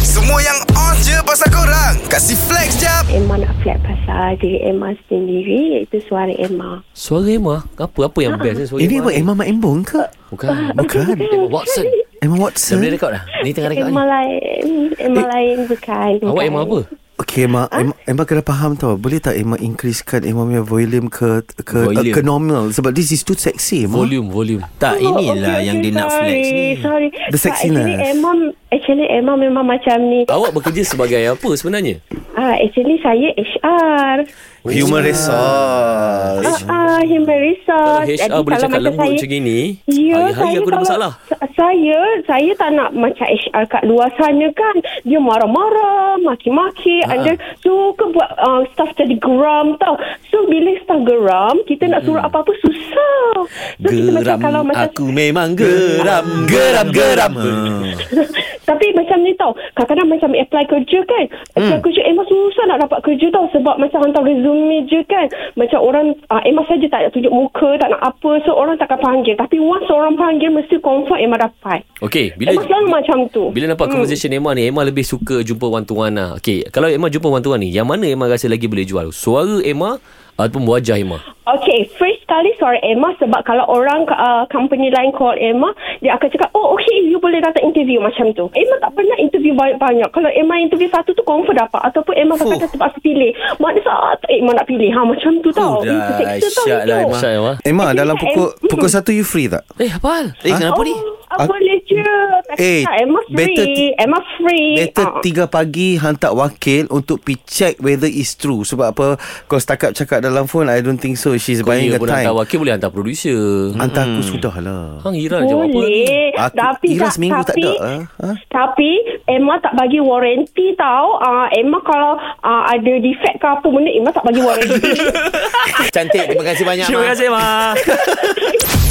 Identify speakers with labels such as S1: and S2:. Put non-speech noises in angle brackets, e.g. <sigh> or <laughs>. S1: Semua yang on je pasal korang Kasih flex jap
S2: Emma nak flat pasal diri Emma sendiri iaitu suara Emma.
S3: Suara Emma Apa apa yang best ni suara
S4: Ini apa Emma Mak Embong ke?
S3: Bukan
S4: Bukan.
S3: Emma Watson
S4: Emma
S3: Dah boleh
S4: Watson
S3: rekod dah Ni tengah rekod kan ni Eh,
S2: Emma lain, Emma lain bukan.
S3: Awak
S2: bukan.
S3: Emma apa?
S4: Okay Emma, Emma, Emma kena faham tau Boleh tak Emma increasekan Emma punya volume ke ke, uh,
S3: Volume.
S4: ke normal Sebab this is too sexy Emma
S3: Volume volume
S5: Tak Ah,
S2: Oh,
S5: inilah
S2: okay,
S5: yang
S2: okay,
S5: dia nak
S2: sorry,
S5: flex ni
S2: Sorry. Sebab
S4: The
S2: Actually
S4: sexiness.
S2: Emma, actually Emma memang macam ni.
S3: Awak bekerja sebagai apa sebenarnya?
S2: Ah, actually saya HR.
S4: Human resource
S2: Ah, ah human
S3: Kalau
S2: resource.
S3: HR boleh cakap lembut macam gini
S2: Ya, saya
S3: Hari-hari aku ada
S2: kalau-
S3: masalah
S2: sa- Saya saya tak nak macam HR kat luar sana kan. Dia marah-marah, maki-maki,
S3: Ha.
S2: and then suka buat uh, staff jadi geram tau. So bila staff geram, kita nak suruh
S3: Hmm.
S2: apa-apa susah. So kita macam
S5: Geram
S2: kalau macam
S5: Aku memang geram Geram geram
S2: <laughs> tapi macam ni tau, kadang-kadang macam apply kerja kan. Apply
S3: Hmm.
S2: kerja Emma susah nak dapat kerja tau sebab macam hantar resume je kan. Macam orang uh, Emma saja tak nak tunjuk muka, tak nak apa. So orang takkan panggil. Tapi once orang panggil mesti confirm Emma dapat.
S3: Okay
S2: Bila, Emma
S3: bila
S2: selalu Hmm. macam tu.
S3: bila nampak conversation Emma ni Emma lebih suka jumpa one to one lah Okay Kalau Emma jumpa one to one ni Yang mana Emma rasa lagi boleh jual Suara Emma Ataupun wajah Emma
S2: Okay, first kali suara Emma sebab kalau orang uh, company lain call Emma, dia akan cakap, oh okay, you boleh datang interview macam tu. Emma tak pernah interview banyak-banyak. Kalau Emma interview satu tu confirm dapat. Ataupun Emma kata terpaksa pilih. Mana saat Emma nak pilih. Ha, macam tu
S5: Oh,
S2: tau.
S5: dah,
S2: Terseksa tau
S5: syak lah
S2: itu.
S5: Emma.
S3: Syah Emma
S4: Emma
S2: Actually,
S4: dalam
S2: Em-
S4: pukul
S2: Mm.
S4: pukul satu you free tak?
S3: Eh apa
S5: Eh kenapa ni?
S2: Ah, boleh je. Tak
S4: Eh,
S2: kisah. Emma free.
S4: better ti-
S2: Emma free. Ah.
S4: Later 3 pagi hantar wakil untuk pi check whether is true sebab apa kau setakat cakap dalam phone I don't think so she's
S3: Kau
S4: buying
S3: ya
S4: the
S3: pun hantar
S4: time.
S3: wakil Boleh hantar producer
S4: Hantar aku sudahlah.
S3: Hang Ira jawab apa ni?
S2: Boleh.
S4: Aku-
S2: tapi
S4: Ira
S2: tak-
S4: Ah, seminggu tak
S2: tapi,
S4: ada, ah. Ah.
S2: Tapi Emma tak bagi warranty tau. Uh, Emma kalau uh, ada defect ke apa benda Emma tak bagi
S4: <laughs>
S2: warranty.
S5: Cantik terima kasih banyak
S3: Terima
S5: Ma.
S3: kasih Emma